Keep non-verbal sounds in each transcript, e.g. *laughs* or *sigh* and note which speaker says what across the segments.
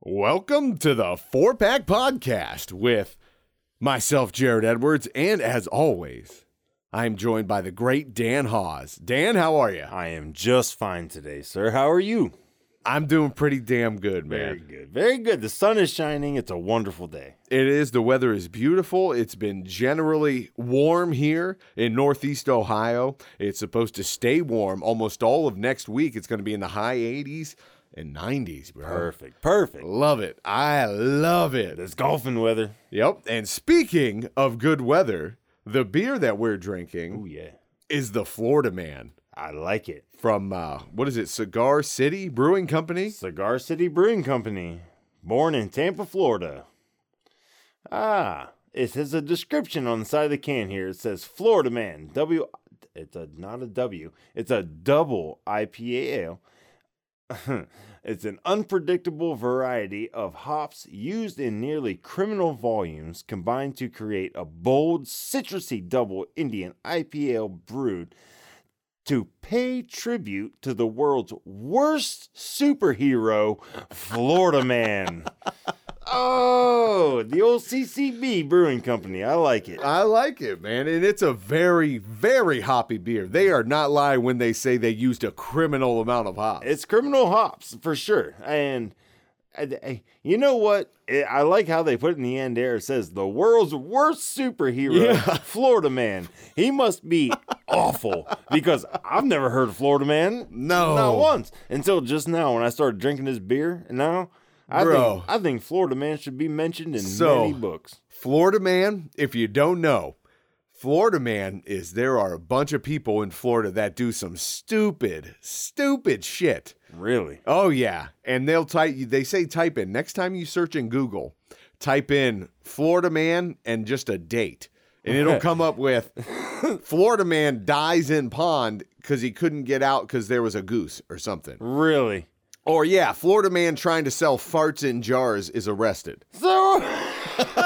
Speaker 1: Welcome to the Four Pack Podcast with myself, Jared Edwards, and as always, I'm joined by the great Dan Hawes. Dan, how are you?
Speaker 2: I am just fine today, sir. How are you?
Speaker 1: I'm doing pretty damn good,
Speaker 2: Very
Speaker 1: man.
Speaker 2: good. Very good. The sun is shining. It's a wonderful day.
Speaker 1: It is, the weather is beautiful. It's been generally warm here in Northeast Ohio. It's supposed to stay warm almost all of next week. It's going to be in the high 80s and 90s,
Speaker 2: Oh.
Speaker 1: bro.
Speaker 2: Perfect. Perfect.
Speaker 1: Love it. I love it.
Speaker 2: This golfing weather.
Speaker 1: Yep. And speaking of good weather, the beer that we're drinking
Speaker 2: Oh yeah.
Speaker 1: is the Florida Man
Speaker 2: I like it.
Speaker 1: from uh, what is it, Cigar City Brewing Company?
Speaker 2: Cigar City Brewing Company, born in Tampa, Florida. Ah, it has a description on the side of the can here. It says Florida Man W. It's a not a W. It's a double IPA ale. it's an unpredictable variety of hops used in nearly criminal volumes combined to create a bold, citrusy double Indian IPA ale brewed to pay tribute to the world's worst superhero, Florida Man. oh, the old CCB Brewing Company. I like it.
Speaker 1: I like it, man. And it's a very, very hoppy beer. They are not lying when they say they used a criminal amount of hops.
Speaker 2: It's criminal hops for sure. And I- I- you know what? I I like how they put it in the end there. It says the world's worst superhero,
Speaker 1: Yeah.
Speaker 2: *laughs* Florida Man. He
Speaker 1: *laughs*
Speaker 2: must be awful because I've never heard of Florida Man.
Speaker 1: No.
Speaker 2: Not once. Until just now when I started drinking this beer. And now I
Speaker 1: Bro.
Speaker 2: think I think Florida Man should be mentioned in
Speaker 1: So-
Speaker 2: many books.
Speaker 1: Florida Man, if you don't know, Florida Man is there are a bunch of people in Florida that do some stupid, stupid shit.
Speaker 2: Really?
Speaker 1: Oh yeah, and they'll type. They say type in next time you search in Google, type in Florida man and just a date, and it'll come up with Florida man dies in pond because he couldn't get out because there was a goose or something.
Speaker 2: Really?
Speaker 1: Or yeah, Florida man trying to sell farts in jars is arrested.
Speaker 2: So *laughs*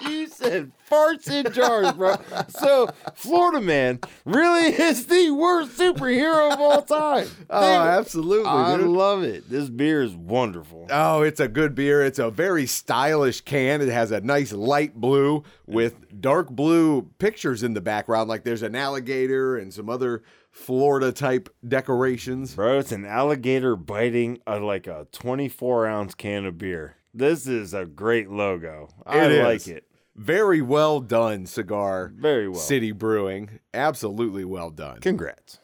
Speaker 2: You said farts in jars, bro. So Florida man really is the worst superhero of all time. Damn it.
Speaker 1: absolutely,
Speaker 2: I love it. This beer is wonderful.
Speaker 1: Oh, it's a good beer. It's a very stylish can. It has a nice light blue with dark blue pictures in the background. Like there's an alligator and some other Florida type decorations.
Speaker 2: Bro, it's an alligator biting a, like a 24 ounce can of beer. This is a great logo. I
Speaker 1: It
Speaker 2: like
Speaker 1: is.
Speaker 2: it.
Speaker 1: Very well done, Cigar
Speaker 2: Very well.
Speaker 1: City Brewing. Absolutely well done.
Speaker 2: Congrats.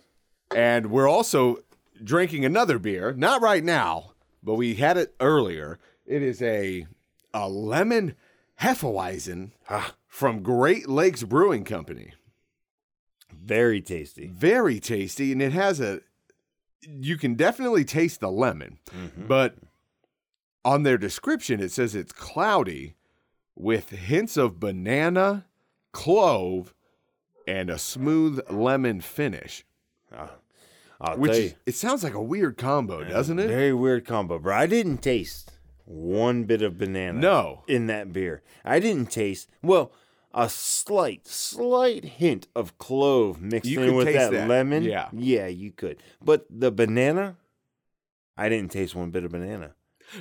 Speaker 1: And we're also drinking another beer. Not right now, but we had it earlier. It is a a lemon Hefeweizen
Speaker 2: Ah.
Speaker 1: from Great Lakes Brewing Company.
Speaker 2: Very tasty.
Speaker 1: very tasty and it has a you can definitely taste the lemon
Speaker 2: Mm-hmm.
Speaker 1: but on their description it says it's cloudy with hints of banana clove and a smooth lemon finish
Speaker 2: Ah, I'll
Speaker 1: which
Speaker 2: tell
Speaker 1: is,
Speaker 2: you.
Speaker 1: it sounds like a weird combo doesn't it
Speaker 2: Very weird combo, bro. I didn't taste one bit of banana.
Speaker 1: No.
Speaker 2: In that beer. I didn't taste, well, a slight, slight hint of clove mixed
Speaker 1: You
Speaker 2: in
Speaker 1: could
Speaker 2: with
Speaker 1: taste
Speaker 2: that,
Speaker 1: that.
Speaker 2: lemon.
Speaker 1: Yeah.
Speaker 2: Yeah, you could. But the banana, I didn't taste one bit of banana.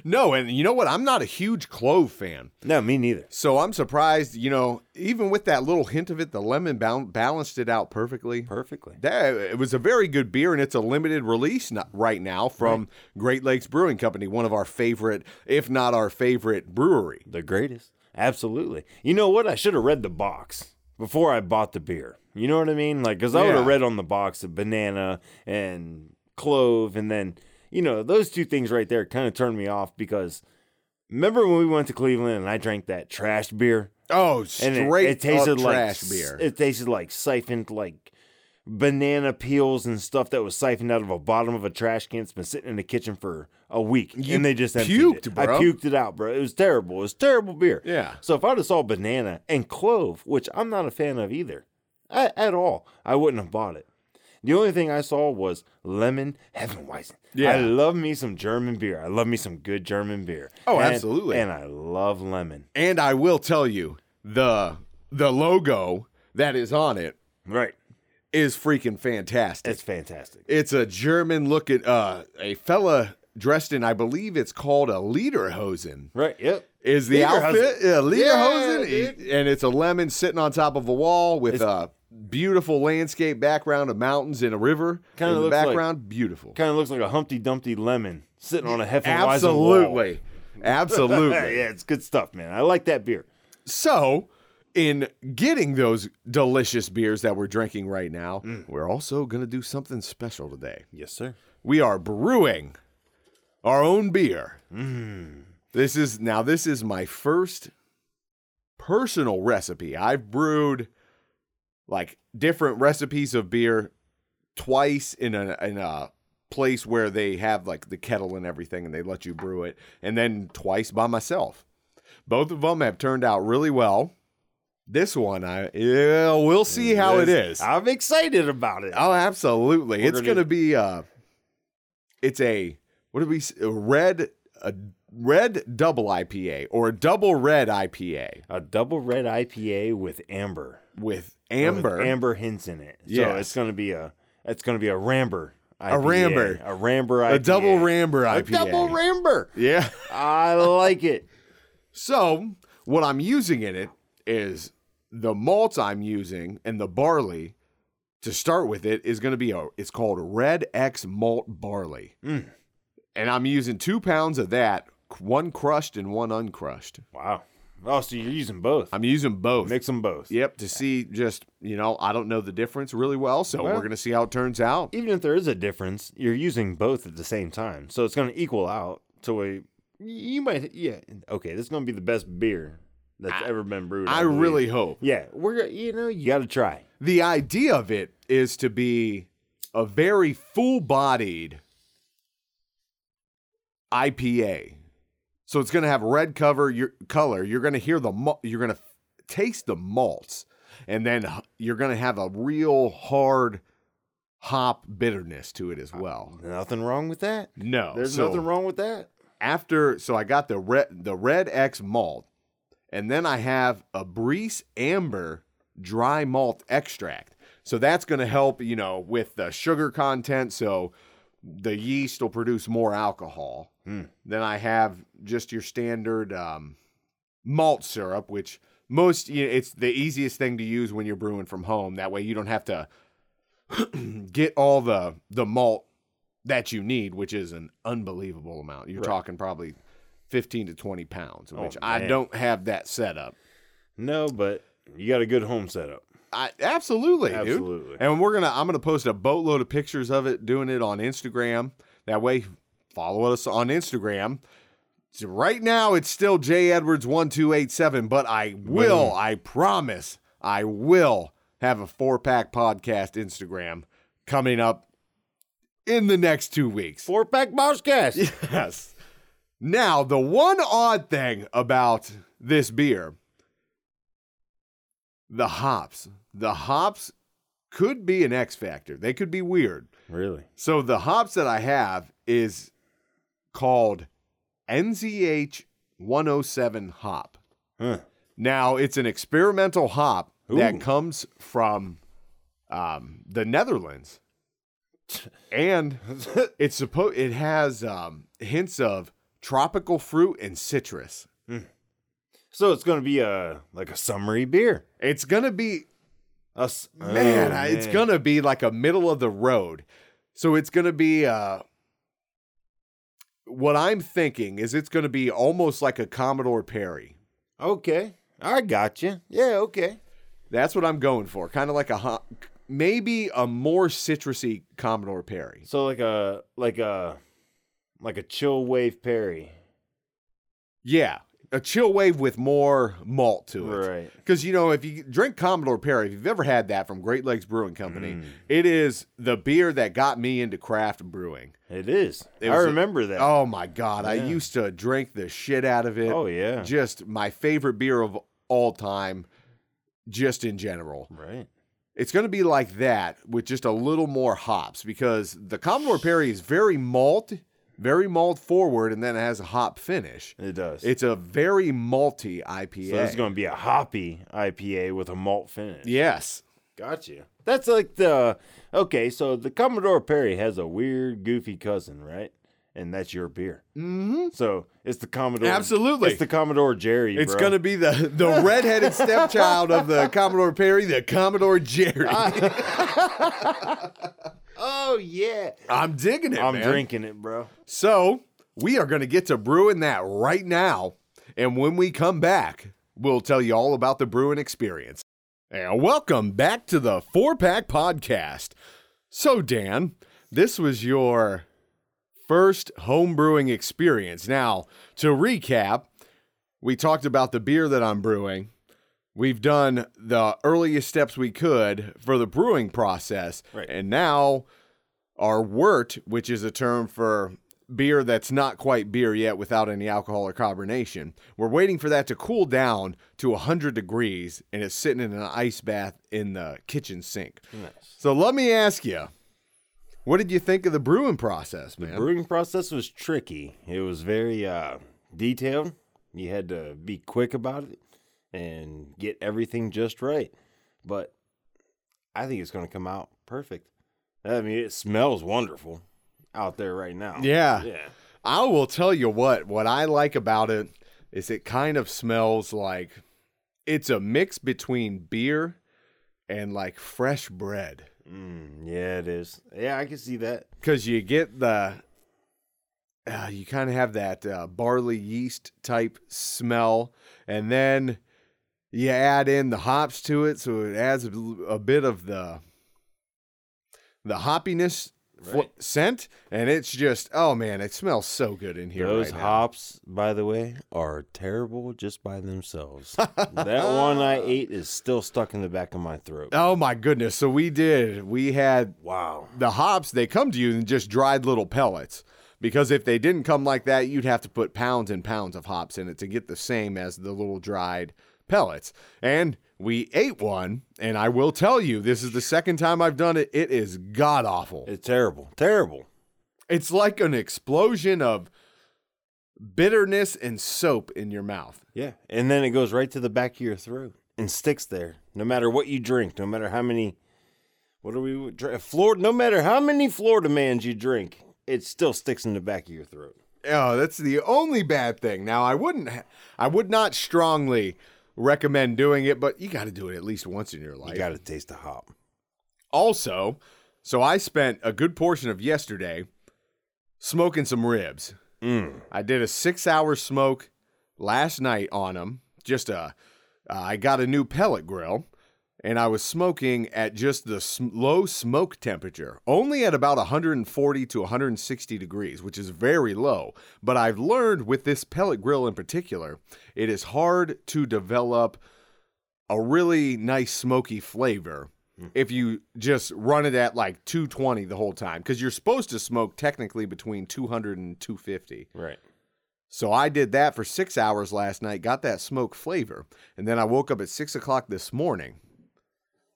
Speaker 1: no and you know what i'm not a huge clove fan
Speaker 2: No, me neither.
Speaker 1: so i'm surprised you know even with that little hint of it the lemon bal- balanced it out perfectly
Speaker 2: Perfectly.
Speaker 1: That it was a very good beer, and it's a limited release no- right now from Great Lakes Brewing Company, one of our favorite, if not our favorite, brewery.
Speaker 2: The greatest. Absolutely. You know what? I should have read the box before I bought the beer. You know what I mean? Like, because I would
Speaker 1: Yeah.
Speaker 2: have read on the box of banana and clove, and then, you know, those two things right there kind of turned me off because remember when we went to Cleveland and I drank that trash beer?
Speaker 1: Oh,
Speaker 2: And
Speaker 1: straight
Speaker 2: it- it, tasted
Speaker 1: up
Speaker 2: like
Speaker 1: trash
Speaker 2: s-
Speaker 1: beer.
Speaker 2: It tasted like siphoned, like banana peels and stuff that was siphoned out of a bottom of a trash can. It's been sitting in the kitchen for a week,
Speaker 1: You
Speaker 2: and they just emptied
Speaker 1: puked,
Speaker 2: it.
Speaker 1: bro.
Speaker 2: I puked it out, bro. It was terrible. It was terrible beer.
Speaker 1: Yeah.
Speaker 2: So if I'd have saw banana and clove, which I'm not a fan of either, a- at all, I wouldn't have bought it. The only thing I saw was lemon Hefeweizen.
Speaker 1: Yeah.
Speaker 2: I love me some German beer. I love me some good German beer.
Speaker 1: Oh,
Speaker 2: And-
Speaker 1: absolutely.
Speaker 2: And I love lemon.
Speaker 1: and I will tell you the the logo that is on it
Speaker 2: Right.
Speaker 1: is freaking fantastic.
Speaker 2: It's fantastic.
Speaker 1: It's a German looking uh, a fella dressed in, I believe it's called a Lederhosen.
Speaker 2: Right. Yep.
Speaker 1: Is the
Speaker 2: Lederhosen.
Speaker 1: outfit yeah, Lederhosen?
Speaker 2: Yeah,
Speaker 1: and it's a lemon sitting on top of a wall with
Speaker 2: It's-
Speaker 1: a beautiful landscape background of mountains and a river
Speaker 2: Kinda
Speaker 1: in the
Speaker 2: looks like-
Speaker 1: background. beautiful.
Speaker 2: Kind of looks like a Humpty Dumpty lemon sitting on a Hefeweizen wall.
Speaker 1: Absolutely. Absolutely.
Speaker 2: *laughs* yeah, it's good stuff, man. I like that beer.
Speaker 1: So, in getting those delicious beers that we're drinking right now,
Speaker 2: Mm.
Speaker 1: we're also going to do something special today.
Speaker 2: Yes, sir.
Speaker 1: We are brewing our own beer. Mm. This is now this is my first personal recipe. I've brewed like different recipes of beer twice in a in a place where they have like the kettle and everything and they let you brew it and then twice by myself. Both of them have turned out really well. This one I yeah, we'll see how it is.
Speaker 2: I'm excited about it.
Speaker 1: Oh, absolutely. it's
Speaker 2: gonna-
Speaker 1: going to be uh it's a what do we s- a red a red double IPA or a double red IPA
Speaker 2: A double red IPA with amber.
Speaker 1: with
Speaker 2: Oh, With
Speaker 1: amber.
Speaker 2: amber hints in it. So
Speaker 1: Yes.
Speaker 2: it's gonna be a it's gonna be a ramber. IPA.
Speaker 1: ramber.
Speaker 2: A ramber IPA.
Speaker 1: a double ramber
Speaker 2: A
Speaker 1: IPA.
Speaker 2: double ramber.
Speaker 1: yeah.
Speaker 2: I
Speaker 1: *laughs*
Speaker 2: like it.
Speaker 1: So, what I'm using in it is the malt I'm using and the barley to start with it is going to be a it's called Red X malt barley.
Speaker 2: Mm.
Speaker 1: And I'm using 2 pounds of that, one crushed and one uncrushed.
Speaker 2: Wow. Oh, so you're using both.
Speaker 1: I'm using both.
Speaker 2: Mix them both.
Speaker 1: Yep, to see just, you know, I don't know the difference really well, so
Speaker 2: Well-
Speaker 1: we're going to see how it turns out.
Speaker 2: Even if there is a difference, you're using both at the same time, so it's gonna equal out to a. You might, yeah. Okay, this is gonna be the best beer that's ever been brewed.
Speaker 1: I
Speaker 2: believe.
Speaker 1: really hope.
Speaker 2: Yeah, we're gonna- you know you got to try.
Speaker 1: The idea of it is to be a very full-bodied IPA. So it's going to have red cover, your color. You're going to hear the mal- you're going to taste the malts and then h- you're going to have a real hard hop bitterness to it as well.
Speaker 2: Nothing wrong with that.
Speaker 1: No.
Speaker 2: Uh, There's
Speaker 1: so-
Speaker 2: nothing wrong with that.
Speaker 1: after so I got the red the red X malt, and then I have a Brees Amber dry malt extract. So that's going to help, you know, with the sugar content. So the yeast will produce more alcohol. Then I have just your standard um, malt syrup, which most you know, it's the easiest thing to use when you're brewing from home. That way you don't have to *clears throat* get all the the malt that you need, which is an unbelievable amount. You're talking probably 15 to 20 pounds, which I
Speaker 2: man.
Speaker 1: don't have that set up.
Speaker 2: No, but you got a good home setup.
Speaker 1: I absolutely, dude.
Speaker 2: Absolutely.
Speaker 1: And we're gonna I'm gonna post a boatload of pictures of it doing it on Instagram. That way, follow us on Instagram. So right now it's still J Edwards one two eight seven, but I will, I promise, I will have a four pack podcast Instagram coming up in the next two weeks.
Speaker 2: Four pack boss cast.
Speaker 1: *laughs* Yes. Now, the one odd thing about this beer the hops. The hops could be an X factor, they could be weird.
Speaker 2: Really?
Speaker 1: So, the hops that I have is called NZH 107 hop.
Speaker 2: Huh.
Speaker 1: Now, it's an experimental hop
Speaker 2: Ooh.
Speaker 1: that comes from um, the Netherlands. And it's supposed it has um, hints of tropical fruit and citrus.
Speaker 2: so it's gonna be a like a summery beer.
Speaker 1: It's going to be
Speaker 2: A s-
Speaker 1: man,
Speaker 2: Oh,
Speaker 1: I- it's
Speaker 2: man.
Speaker 1: going to be like a middle of the road. So it's going to be uh what I'm thinking is it's going to be almost like a Commodore Perry.
Speaker 2: Okay, I got you. Yeah, okay.
Speaker 1: That's what I'm going for. Kind of like a ho- maybe a more citrusy Commodore Perry.
Speaker 2: So like a like a like a chill wave Perry.
Speaker 1: Yeah, a chill wave with more malt to it.
Speaker 2: Right.
Speaker 1: Because you know, if you drink Commodore Perry, if you've ever had that from Great Lakes Brewing Company,
Speaker 2: Mm.
Speaker 1: it is the beer that got me into craft brewing.
Speaker 2: It is.
Speaker 1: It
Speaker 2: I
Speaker 1: was a-
Speaker 2: remember that.
Speaker 1: Oh my god, I
Speaker 2: Yeah.
Speaker 1: used to drink the shit out of it.
Speaker 2: Oh, yeah.
Speaker 1: just my favorite beer of all time, just in general.
Speaker 2: Right.
Speaker 1: It's going to be like that with just a little more hops because the Commodore Perry is very malt, very malt forward, and then it has a hop finish.
Speaker 2: It does.
Speaker 1: It's a very malty IPA.
Speaker 2: so it's going to be a hoppy IPA with a malt finish.
Speaker 1: yes.
Speaker 2: Got you. That's like the okay. So the Commodore Perry has a weird, goofy cousin, right? and that's your beer.
Speaker 1: Mm-hmm.
Speaker 2: So it's the Commodore.
Speaker 1: Absolutely.
Speaker 2: It's the Commodore Jerry.
Speaker 1: It's
Speaker 2: bro.
Speaker 1: going to be the, the redheaded stepchild of
Speaker 2: *laughs*
Speaker 1: the Commodore Perry, the Commodore Jerry.
Speaker 2: Oh yeah.
Speaker 1: I'm digging it.
Speaker 2: I'm
Speaker 1: man.
Speaker 2: drinking it, bro.
Speaker 1: So we are going to get to brewing that right now. And when we come back, we'll tell you all about the brewing experience. And welcome back to the Four Pack Podcast. So, Dan, this was your first home brewing experience. Now, to recap, we talked about the beer that I'm brewing. We've done the earliest steps we could for the brewing process.
Speaker 2: Right.
Speaker 1: And now our wort, which is a term for beer that's not quite beer yet without any alcohol or carbonation. We're waiting for that to cool down to 100 degrees and it's sitting in an ice bath in the kitchen sink. So let me ask you, what did you think of the brewing process, man?
Speaker 2: Brewing process was tricky. It was very uh, detailed. You had to be quick about it and get everything just right. But I think it's going to come out perfect. I mean, it smells wonderful out there right now.
Speaker 1: yeah.
Speaker 2: Yeah.
Speaker 1: I will tell you what, what I like about it is it kind of smells like it's a mix between beer and like fresh bread.
Speaker 2: Mm, yeah, it is. Yeah, I can see that.
Speaker 1: because you get the uh, you kind of have that uh, barley yeast type smell and then you add in the hops to it so it adds a, l- a bit of the the hoppiness fl-
Speaker 2: Right.
Speaker 1: scent and it's just oh man it smells so good in here
Speaker 2: Those
Speaker 1: right now.
Speaker 2: hops, by the way, are terrible just by
Speaker 1: *laughs*
Speaker 2: themselves. that one I ate is still stuck in the back of my throat.
Speaker 1: oh my goodness so we did we had
Speaker 2: Wow.
Speaker 1: the hops they come to you in just dried little pellets because if they didn't come like that you'd have to put pounds and pounds of hops in it to get the same as the little dried pellets and we ate one and i will tell you this is the second time i've done it it is god awful
Speaker 2: It's terrible. Terrible.
Speaker 1: it's like an explosion of bitterness and soap in your mouth
Speaker 2: Yeah. And then it goes right to the back of your throat and sticks there. No matter what you drink, no matter how many what are we dr- Florida no matter how many Florida mans you drink, it still sticks in the back of your throat.
Speaker 1: Oh, that's the only bad thing. Now, I wouldn't, I would not strongly recommend doing it, but you got to do it at least once in your life.
Speaker 2: You gotta taste the hop.
Speaker 1: Also, so I spent a good portion of yesterday smoking some ribs.
Speaker 2: Mm.
Speaker 1: I did a six hour smoke last night on them. Just a, uh, I got a new pellet grill and I was smoking at just the sm- low smoke temperature, only at about 140 to 160 degrees, which is very low. But I've learned with this pellet grill in particular, it is hard to develop a really nice smoky flavor Mm. if you just run it at like 220 the whole time because you're supposed to smoke technically between 200 and 250
Speaker 2: Right.
Speaker 1: so I did that for six hours last night, got that smoke flavor, and then I woke up at six o'clock this morning,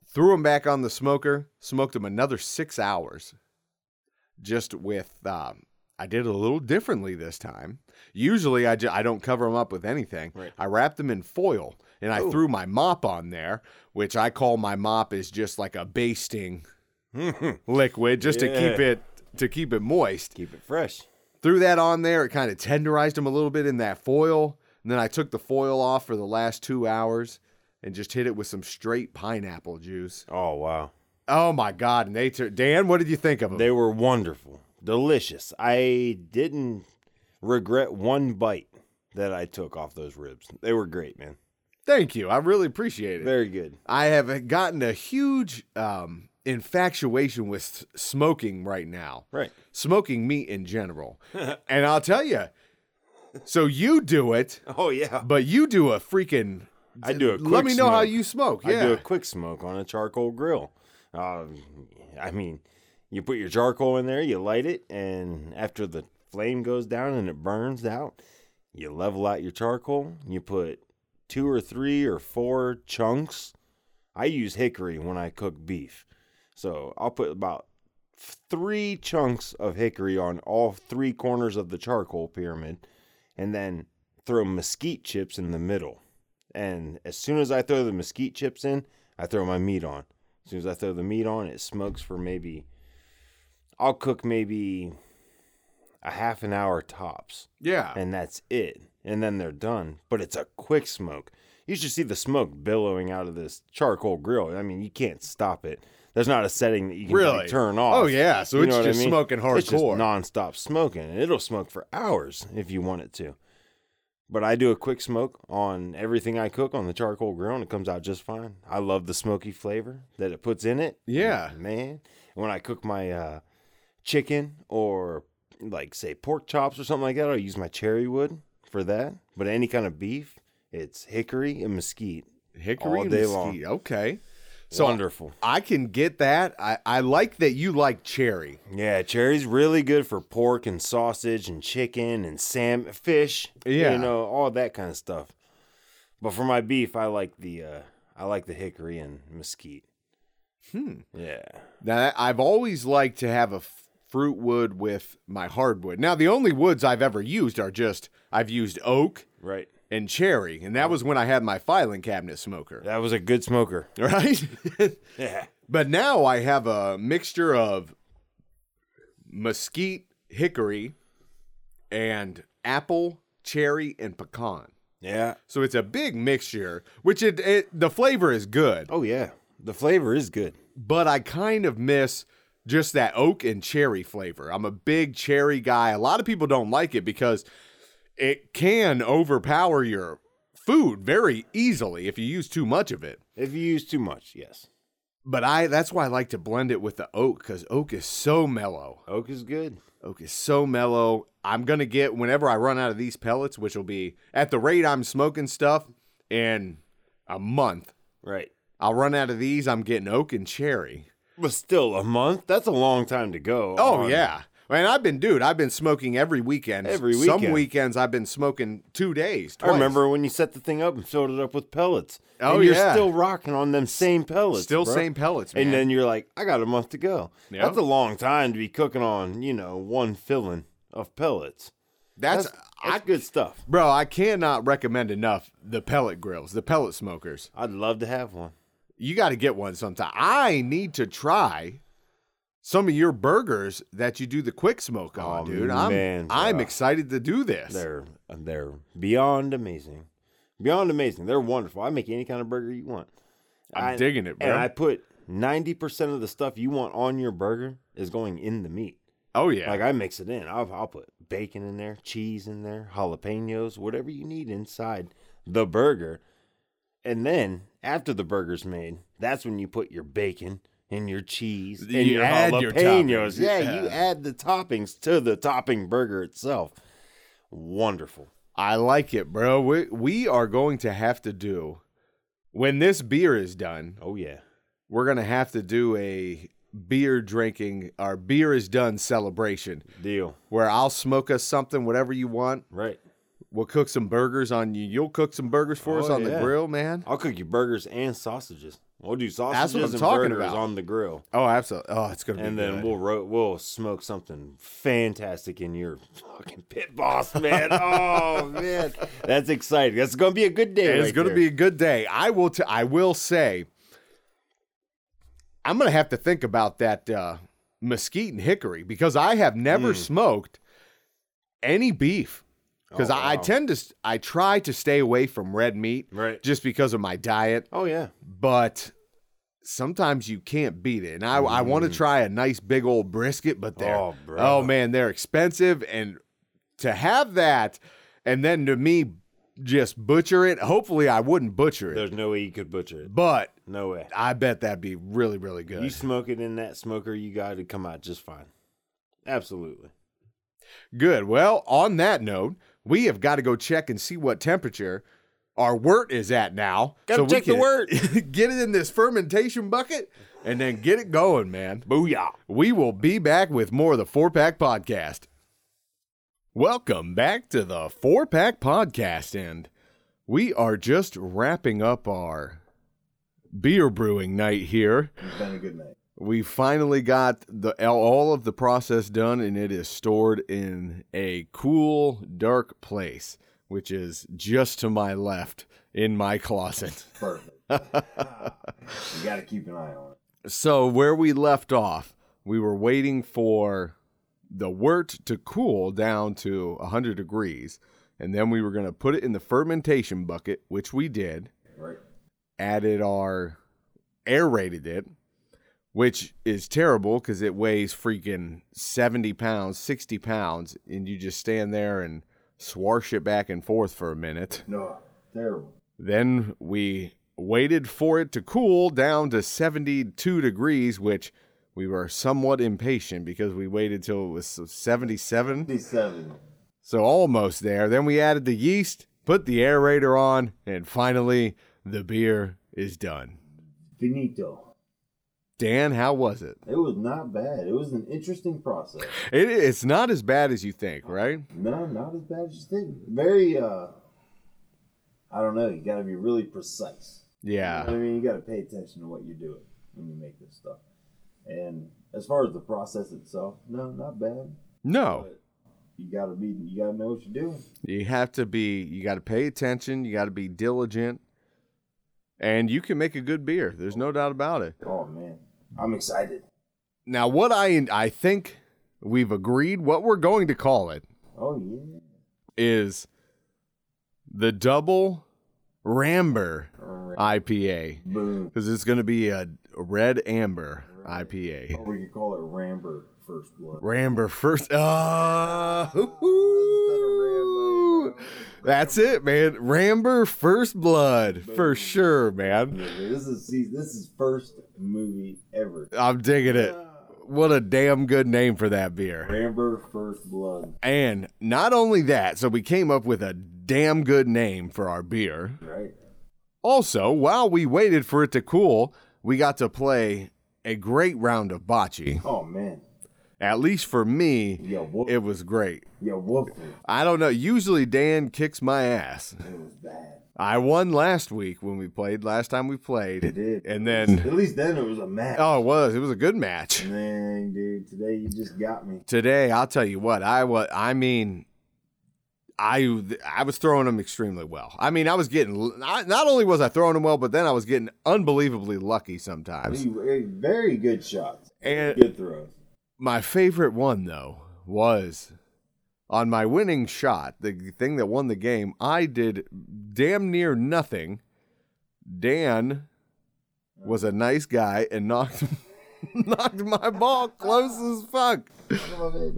Speaker 1: threw them back on the smoker, smoked them another six hours. Just with, um, I did it a little differently this time. Usually I, ju- I don't cover them up with anything.
Speaker 2: Right.
Speaker 1: I wrapped them in foil and I threw my mop on there, which I call my mop is just like a
Speaker 2: *laughs*
Speaker 1: basting liquid just to keep
Speaker 2: Yeah.
Speaker 1: it to keep it moist
Speaker 2: Keep it fresh.
Speaker 1: threw that on there. It kind of tenderized them a little bit in that foil. And then I took the foil off for the last two hours and just hit it with some straight pineapple juice.
Speaker 2: Oh wow.
Speaker 1: Oh my God. And they took, Dan, what did you think of them?
Speaker 2: They were wonderful, delicious. I didn't regret one bite that I took off those ribs. They were great, man.
Speaker 1: Thank you. I really appreciate it.
Speaker 2: Very good.
Speaker 1: I have gotten a huge um, infatuation with s- smoking right now,
Speaker 2: Right.
Speaker 1: smoking meat in
Speaker 2: *laughs*
Speaker 1: general. and I'll tell you, so you do it,
Speaker 2: Oh yeah.
Speaker 1: but you do a freaking.
Speaker 2: I do a quick
Speaker 1: Let me know how
Speaker 2: smoke.
Speaker 1: you smoke. Yeah.
Speaker 2: I do a quick smoke on a charcoal grill. Um, I mean, you put your charcoal in there, you light it, and after the flame goes down and it burns out, you level out your charcoal. You put two or three or four chunks. I use hickory when I cook beef. So I'll put about three chunks of hickory on all three corners of the charcoal pyramid and then throw mesquite chips in the middle. And as soon as I throw the mesquite chips in, I throw my meat on. As soon as I throw the meat on, it smokes for maybe, I'll cook maybe, a half an hour tops,
Speaker 1: Yeah.
Speaker 2: and that's it. And then they're done. But it's a quick smoke. You should see the smoke billowing out of this charcoal grill. I mean, you can't stop it. There's not a setting that you can like,
Speaker 1: Really?
Speaker 2: turn off.
Speaker 1: Oh yeah, so
Speaker 2: You know
Speaker 1: it's
Speaker 2: what I
Speaker 1: just
Speaker 2: mean?
Speaker 1: smoking hardcore.
Speaker 2: It's just nonstop smoking, and it'll smoke for hours if you want it to. But I do a quick smoke on everything I cook on the charcoal grill, and it comes out just fine. I love the smoky flavor that it puts in it.
Speaker 1: Yeah.
Speaker 2: man. When I cook my uh, chicken or like say pork chops or something like that, I'll use my cherry wood for that. But any kind of beef, it's hickory and mesquite.
Speaker 1: Hickory
Speaker 2: all
Speaker 1: and
Speaker 2: day long.
Speaker 1: mesquite. Okay. So
Speaker 2: Wonderful.
Speaker 1: I can get that. I, I like that you like cherry.
Speaker 2: Yeah, cherry's really good for pork and sausage and chicken and sam fish.
Speaker 1: Yeah.
Speaker 2: you know all that kind of stuff. But for my beef, I like the uh, I like the hickory and mesquite.
Speaker 1: Hmm.
Speaker 2: Yeah,
Speaker 1: Now I've always liked to have a f- fruit wood with my hardwood. Now the only woods I've ever used are just I've used oak
Speaker 2: right.
Speaker 1: and cherry, and that was when I had my filing cabinet smoker.
Speaker 2: That was a good smoker.
Speaker 1: *laughs* Right?
Speaker 2: Yeah,
Speaker 1: but now I have a mixture of mesquite, hickory, and apple, cherry, and pecan.
Speaker 2: yeah.
Speaker 1: So it's a big mixture, which it, it the flavor is good,
Speaker 2: Oh yeah, the flavor is good.
Speaker 1: but I kind of miss just that oak and cherry flavor. I'm a big cherry guy. A lot of people don't like it because it can overpower your food very easily if you use too much of it.
Speaker 2: If you use too much, yes.
Speaker 1: But I that's why I like to blend it with the oak cuz oak is so mellow.
Speaker 2: Oak is good.
Speaker 1: Oak is so mellow. I'm going to get whenever I run out of these pellets, which will be at the rate I'm smoking stuff in a month.
Speaker 2: Right.
Speaker 1: I'll run out of these. I'm getting oak and cherry.
Speaker 2: But still, a month? That's a long time to go.
Speaker 1: Oh
Speaker 2: on-
Speaker 1: yeah, and I've been, dude. I've been smoking every weekend.
Speaker 2: Every
Speaker 1: Some
Speaker 2: weekend.
Speaker 1: weekends I've been smoking two days.
Speaker 2: I
Speaker 1: twice.
Speaker 2: remember when you set the thing up and filled it up with pellets.
Speaker 1: Oh,
Speaker 2: and you're
Speaker 1: yeah.
Speaker 2: still rocking on them same pellets.
Speaker 1: Still
Speaker 2: bro.
Speaker 1: same pellets, man.
Speaker 2: And then you're like, I got a month to go.
Speaker 1: Yep.
Speaker 2: That's a long time to be cooking on, you know, one filling of pellets.
Speaker 1: that's,
Speaker 2: That's, that's good stuff.
Speaker 1: I, bro. I cannot recommend enough the pellet grills, the pellet smokers.
Speaker 2: I'd love to have one.
Speaker 1: You got to get one sometime. I need to try some of your burgers that you do the quick smoke on,
Speaker 2: Oh,
Speaker 1: dude. I'm
Speaker 2: man,
Speaker 1: I'm
Speaker 2: bro.
Speaker 1: excited to do this.
Speaker 2: They're they're beyond amazing, beyond amazing. They're wonderful. I make any kind of burger you want.
Speaker 1: I'm
Speaker 2: I-
Speaker 1: digging it, bro.
Speaker 2: And I put ninety percent of the stuff you want on your burger is going in the meat.
Speaker 1: oh yeah,
Speaker 2: Like I mix it in. I'll, I'll put bacon in there, cheese in there, jalapenos, whatever you need inside the burger. And then after the burger's made, that's when you put your bacon and your cheese and
Speaker 1: You
Speaker 2: your
Speaker 1: add your
Speaker 2: jalapenos.
Speaker 1: toppings,
Speaker 2: yeah,
Speaker 1: yeah.
Speaker 2: you add the toppings to the topping burger itself. Wonderful.
Speaker 1: I like it, bro. We we are going to have to do when this beer is done.
Speaker 2: Oh yeah.
Speaker 1: We're gonna have to do a beer drinking. Our beer is done celebration
Speaker 2: Deal.
Speaker 1: where I'll smoke us something, whatever you want.
Speaker 2: Right.
Speaker 1: We'll cook some burgers on you. You'll cook some burgers for us
Speaker 2: Oh,
Speaker 1: on the
Speaker 2: yeah.
Speaker 1: grill, man.
Speaker 2: I'll cook you burgers and sausages. We'll do
Speaker 1: I'm
Speaker 2: sausages and
Speaker 1: talking
Speaker 2: burgers
Speaker 1: about.
Speaker 2: on the grill.
Speaker 1: Oh, absolutely. Oh, it's gonna be
Speaker 2: and then
Speaker 1: good.
Speaker 2: we'll ro- we'll smoke something fantastic in your fucking pit boss, man.
Speaker 1: *laughs*
Speaker 2: oh man, that's exciting. That's gonna be a good day.
Speaker 1: It's
Speaker 2: right
Speaker 1: gonna
Speaker 2: there.
Speaker 1: be a good day. I will. T- I will say. I'm gonna have to think about that uh, mesquite and hickory because I have never
Speaker 2: Mm.
Speaker 1: smoked any beef because
Speaker 2: Oh,
Speaker 1: I, I
Speaker 2: wow.
Speaker 1: tend to. s- I try to stay away from red meat,
Speaker 2: Right.
Speaker 1: Just because of my diet,
Speaker 2: Oh yeah,
Speaker 1: but sometimes you can't beat it, and I I want to
Speaker 2: Mm.
Speaker 1: try a nice big old brisket, but they're
Speaker 2: Oh, bro.
Speaker 1: oh man, they're expensive, and to have that, and then to me just butcher it. Hopefully, I wouldn't butcher it,
Speaker 2: there's no way you could butcher it.
Speaker 1: but
Speaker 2: No way.
Speaker 1: I bet that'd be really really good.
Speaker 2: You smoke it in that smoker, you got to come out just fine. Absolutely.
Speaker 1: Good. Well, on that note, we have got to go check and see what temperature our wort is at now.
Speaker 2: Gotta
Speaker 1: we
Speaker 2: check the
Speaker 1: can
Speaker 2: wort.
Speaker 1: *laughs* get it in this fermentation bucket and then get it going, man.
Speaker 2: Booyah.
Speaker 1: We will be back with more of the Four Pack Podcast. Welcome back to the Four Pack Podcast, and we are just wrapping up our beer brewing night here.
Speaker 2: Been a good night.
Speaker 1: We finally got the all of the process done, and it is stored in a cool, dark place, which is just to my left in my closet. *laughs*
Speaker 2: Perfect. you got to keep an eye on it.
Speaker 1: So where we left off, we were waiting for the wort to cool down to 100 degrees. And then we were going to put it in the fermentation bucket, which we did.
Speaker 2: Right.
Speaker 1: Added our aerated it, which is terrible because it weighs freaking 70 pounds, 60 pounds. And you just stand there and swash it back and forth for a minute.
Speaker 2: No, terrible.
Speaker 1: Then we waited for it to cool down to 72 degrees, which we were somewhat impatient because we waited till it was 77.
Speaker 2: 57.
Speaker 1: So almost there. Then we added the yeast, put the aerator on, and finally the beer is done.
Speaker 2: Finito.
Speaker 1: Dan, how was it?
Speaker 2: It was not bad. It was an interesting process.
Speaker 1: it it's not as bad as you think, right?
Speaker 2: No, not as bad as you think. Very, uh, I don't know. You got to be really precise. You know
Speaker 1: Yeah.
Speaker 2: what I mean, you got to pay attention to what you're doing when you make this stuff. And as far as the process itself, no, not bad.
Speaker 1: No.
Speaker 2: You got to be, you got to know what you're doing.
Speaker 1: You have to be, you got to pay attention, you got to be diligent, and you can make a good beer. There's no doubt about it.
Speaker 2: Oh man, I'm excited.
Speaker 1: Now, what I I think we've agreed what we're going to call it
Speaker 2: Oh yeah,
Speaker 1: is the double Ramber
Speaker 2: Alright.
Speaker 1: IPA
Speaker 2: boom.
Speaker 1: because it's going to be a red amber IPA.
Speaker 2: Or we could call it Ramber First Blood.
Speaker 1: Ramber first. Ah,
Speaker 2: Rambo,
Speaker 1: that's it, man. Ramber first blood for sure, man.
Speaker 2: Yeah, This is see, this is first movie ever.
Speaker 1: I'm digging it. What a damn good name for that beer.
Speaker 2: Ramber First Blood,
Speaker 1: And not only that, so we came up with a damn good name for our beer.
Speaker 2: right?
Speaker 1: Also, while we waited for it to cool, we got to play a great round of bocce.
Speaker 2: Oh man,
Speaker 1: At least for me,
Speaker 2: yeah, whoop,
Speaker 1: it was great.
Speaker 2: yeah, whoop.
Speaker 1: I don't know, usually Dan kicks my ass.
Speaker 2: It was bad.
Speaker 1: I won last week when we played, last time we played.
Speaker 2: It did.
Speaker 1: And then,
Speaker 2: At least then it was a match.
Speaker 1: oh, it was. It was a good match.
Speaker 2: Dang, dude, today you just got me.
Speaker 1: today i'll tell you what i was i mean i i was throwing them extremely well i mean i was getting I, not only was i throwing them well but then i was getting unbelievably lucky sometimes
Speaker 2: Very, very good shots.
Speaker 1: and
Speaker 2: Good throws.
Speaker 1: my favorite one though was on my winning shot the thing that won the game i did damn near nothing dan was a nice guy and *laughs* knocked knocked my ball close as fuck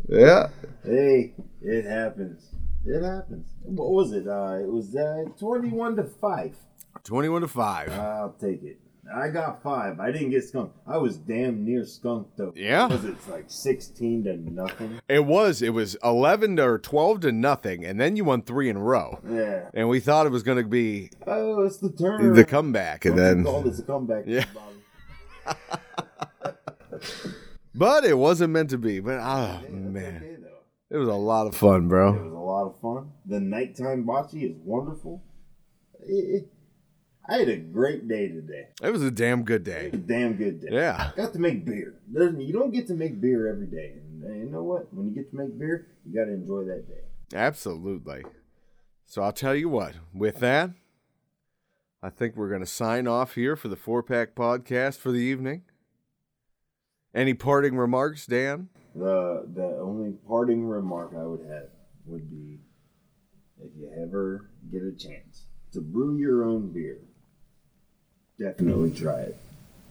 Speaker 1: yeah
Speaker 2: Hey, it happens. It happens. What was it? Uh, it was uh, 21 to 5.
Speaker 1: 21 to 5
Speaker 2: I'll take it. I got 5. I didn't get skunked. I was damn near skunked, though.
Speaker 1: Yeah.
Speaker 2: Because it's like 16 to nothing.
Speaker 1: It was. It was 11 to, or 12 to nothing, and then you won three in a row.
Speaker 2: Yeah.
Speaker 1: And we thought it was going to be
Speaker 2: Oh, it's the turn.
Speaker 1: the comeback, and
Speaker 2: Call
Speaker 1: then,
Speaker 2: this a comeback.
Speaker 1: Yeah.
Speaker 2: Bobby.
Speaker 1: but it wasn't meant to be. But oh
Speaker 2: That's
Speaker 1: man,
Speaker 2: okay, though.
Speaker 1: it was a lot of fun,
Speaker 2: It
Speaker 1: bro.
Speaker 2: was a lot of fun. The nighttime bocce is wonderful. It- it- I had a great day today.
Speaker 1: It was a damn good
Speaker 2: It
Speaker 1: day.
Speaker 2: was a damn good day.
Speaker 1: Yeah,
Speaker 2: got to make beer. There's, you don't get to make beer every day. And you know what? When you get to make beer, you got to enjoy that day.
Speaker 1: absolutely. So I'll tell you what. With that, I think we're going to sign off here for the four pack podcast for the evening. Any parting remarks, Dan?
Speaker 2: The the only parting remark I would have would be if you ever get a chance to brew your own beer, definitely try it.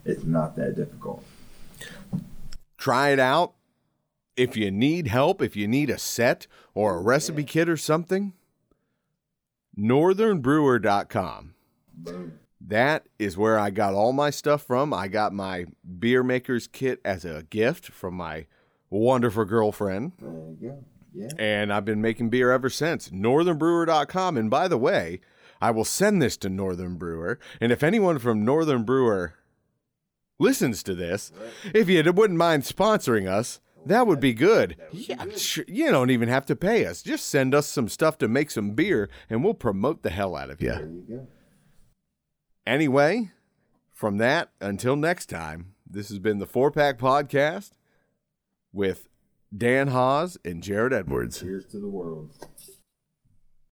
Speaker 2: It's not that difficult.
Speaker 1: try it out. If you need help, if you need a set or a recipe kit or something, northernbrewer.com.
Speaker 2: Boom.
Speaker 1: That is where I got all my stuff from. I got my beer maker's kit as a gift from my wonderful girlfriend,
Speaker 2: There you go. uh, Yeah.
Speaker 1: and I've been making beer ever since. northernbrewer.com. And by the way, I will send this to Northern Brewer, and if anyone from Northern Brewer listens to this, if you wouldn't mind sponsoring us, that would be good. Yeah, sh- you don't even have to pay us. Just send us some stuff to make some beer, and we'll promote the hell out of
Speaker 2: There
Speaker 1: you.
Speaker 2: you go.
Speaker 1: Anyway, from that until next time, this has been the Four Pack Podcast with Dan Hawes and Jared Edwards.
Speaker 2: Cheers to the world.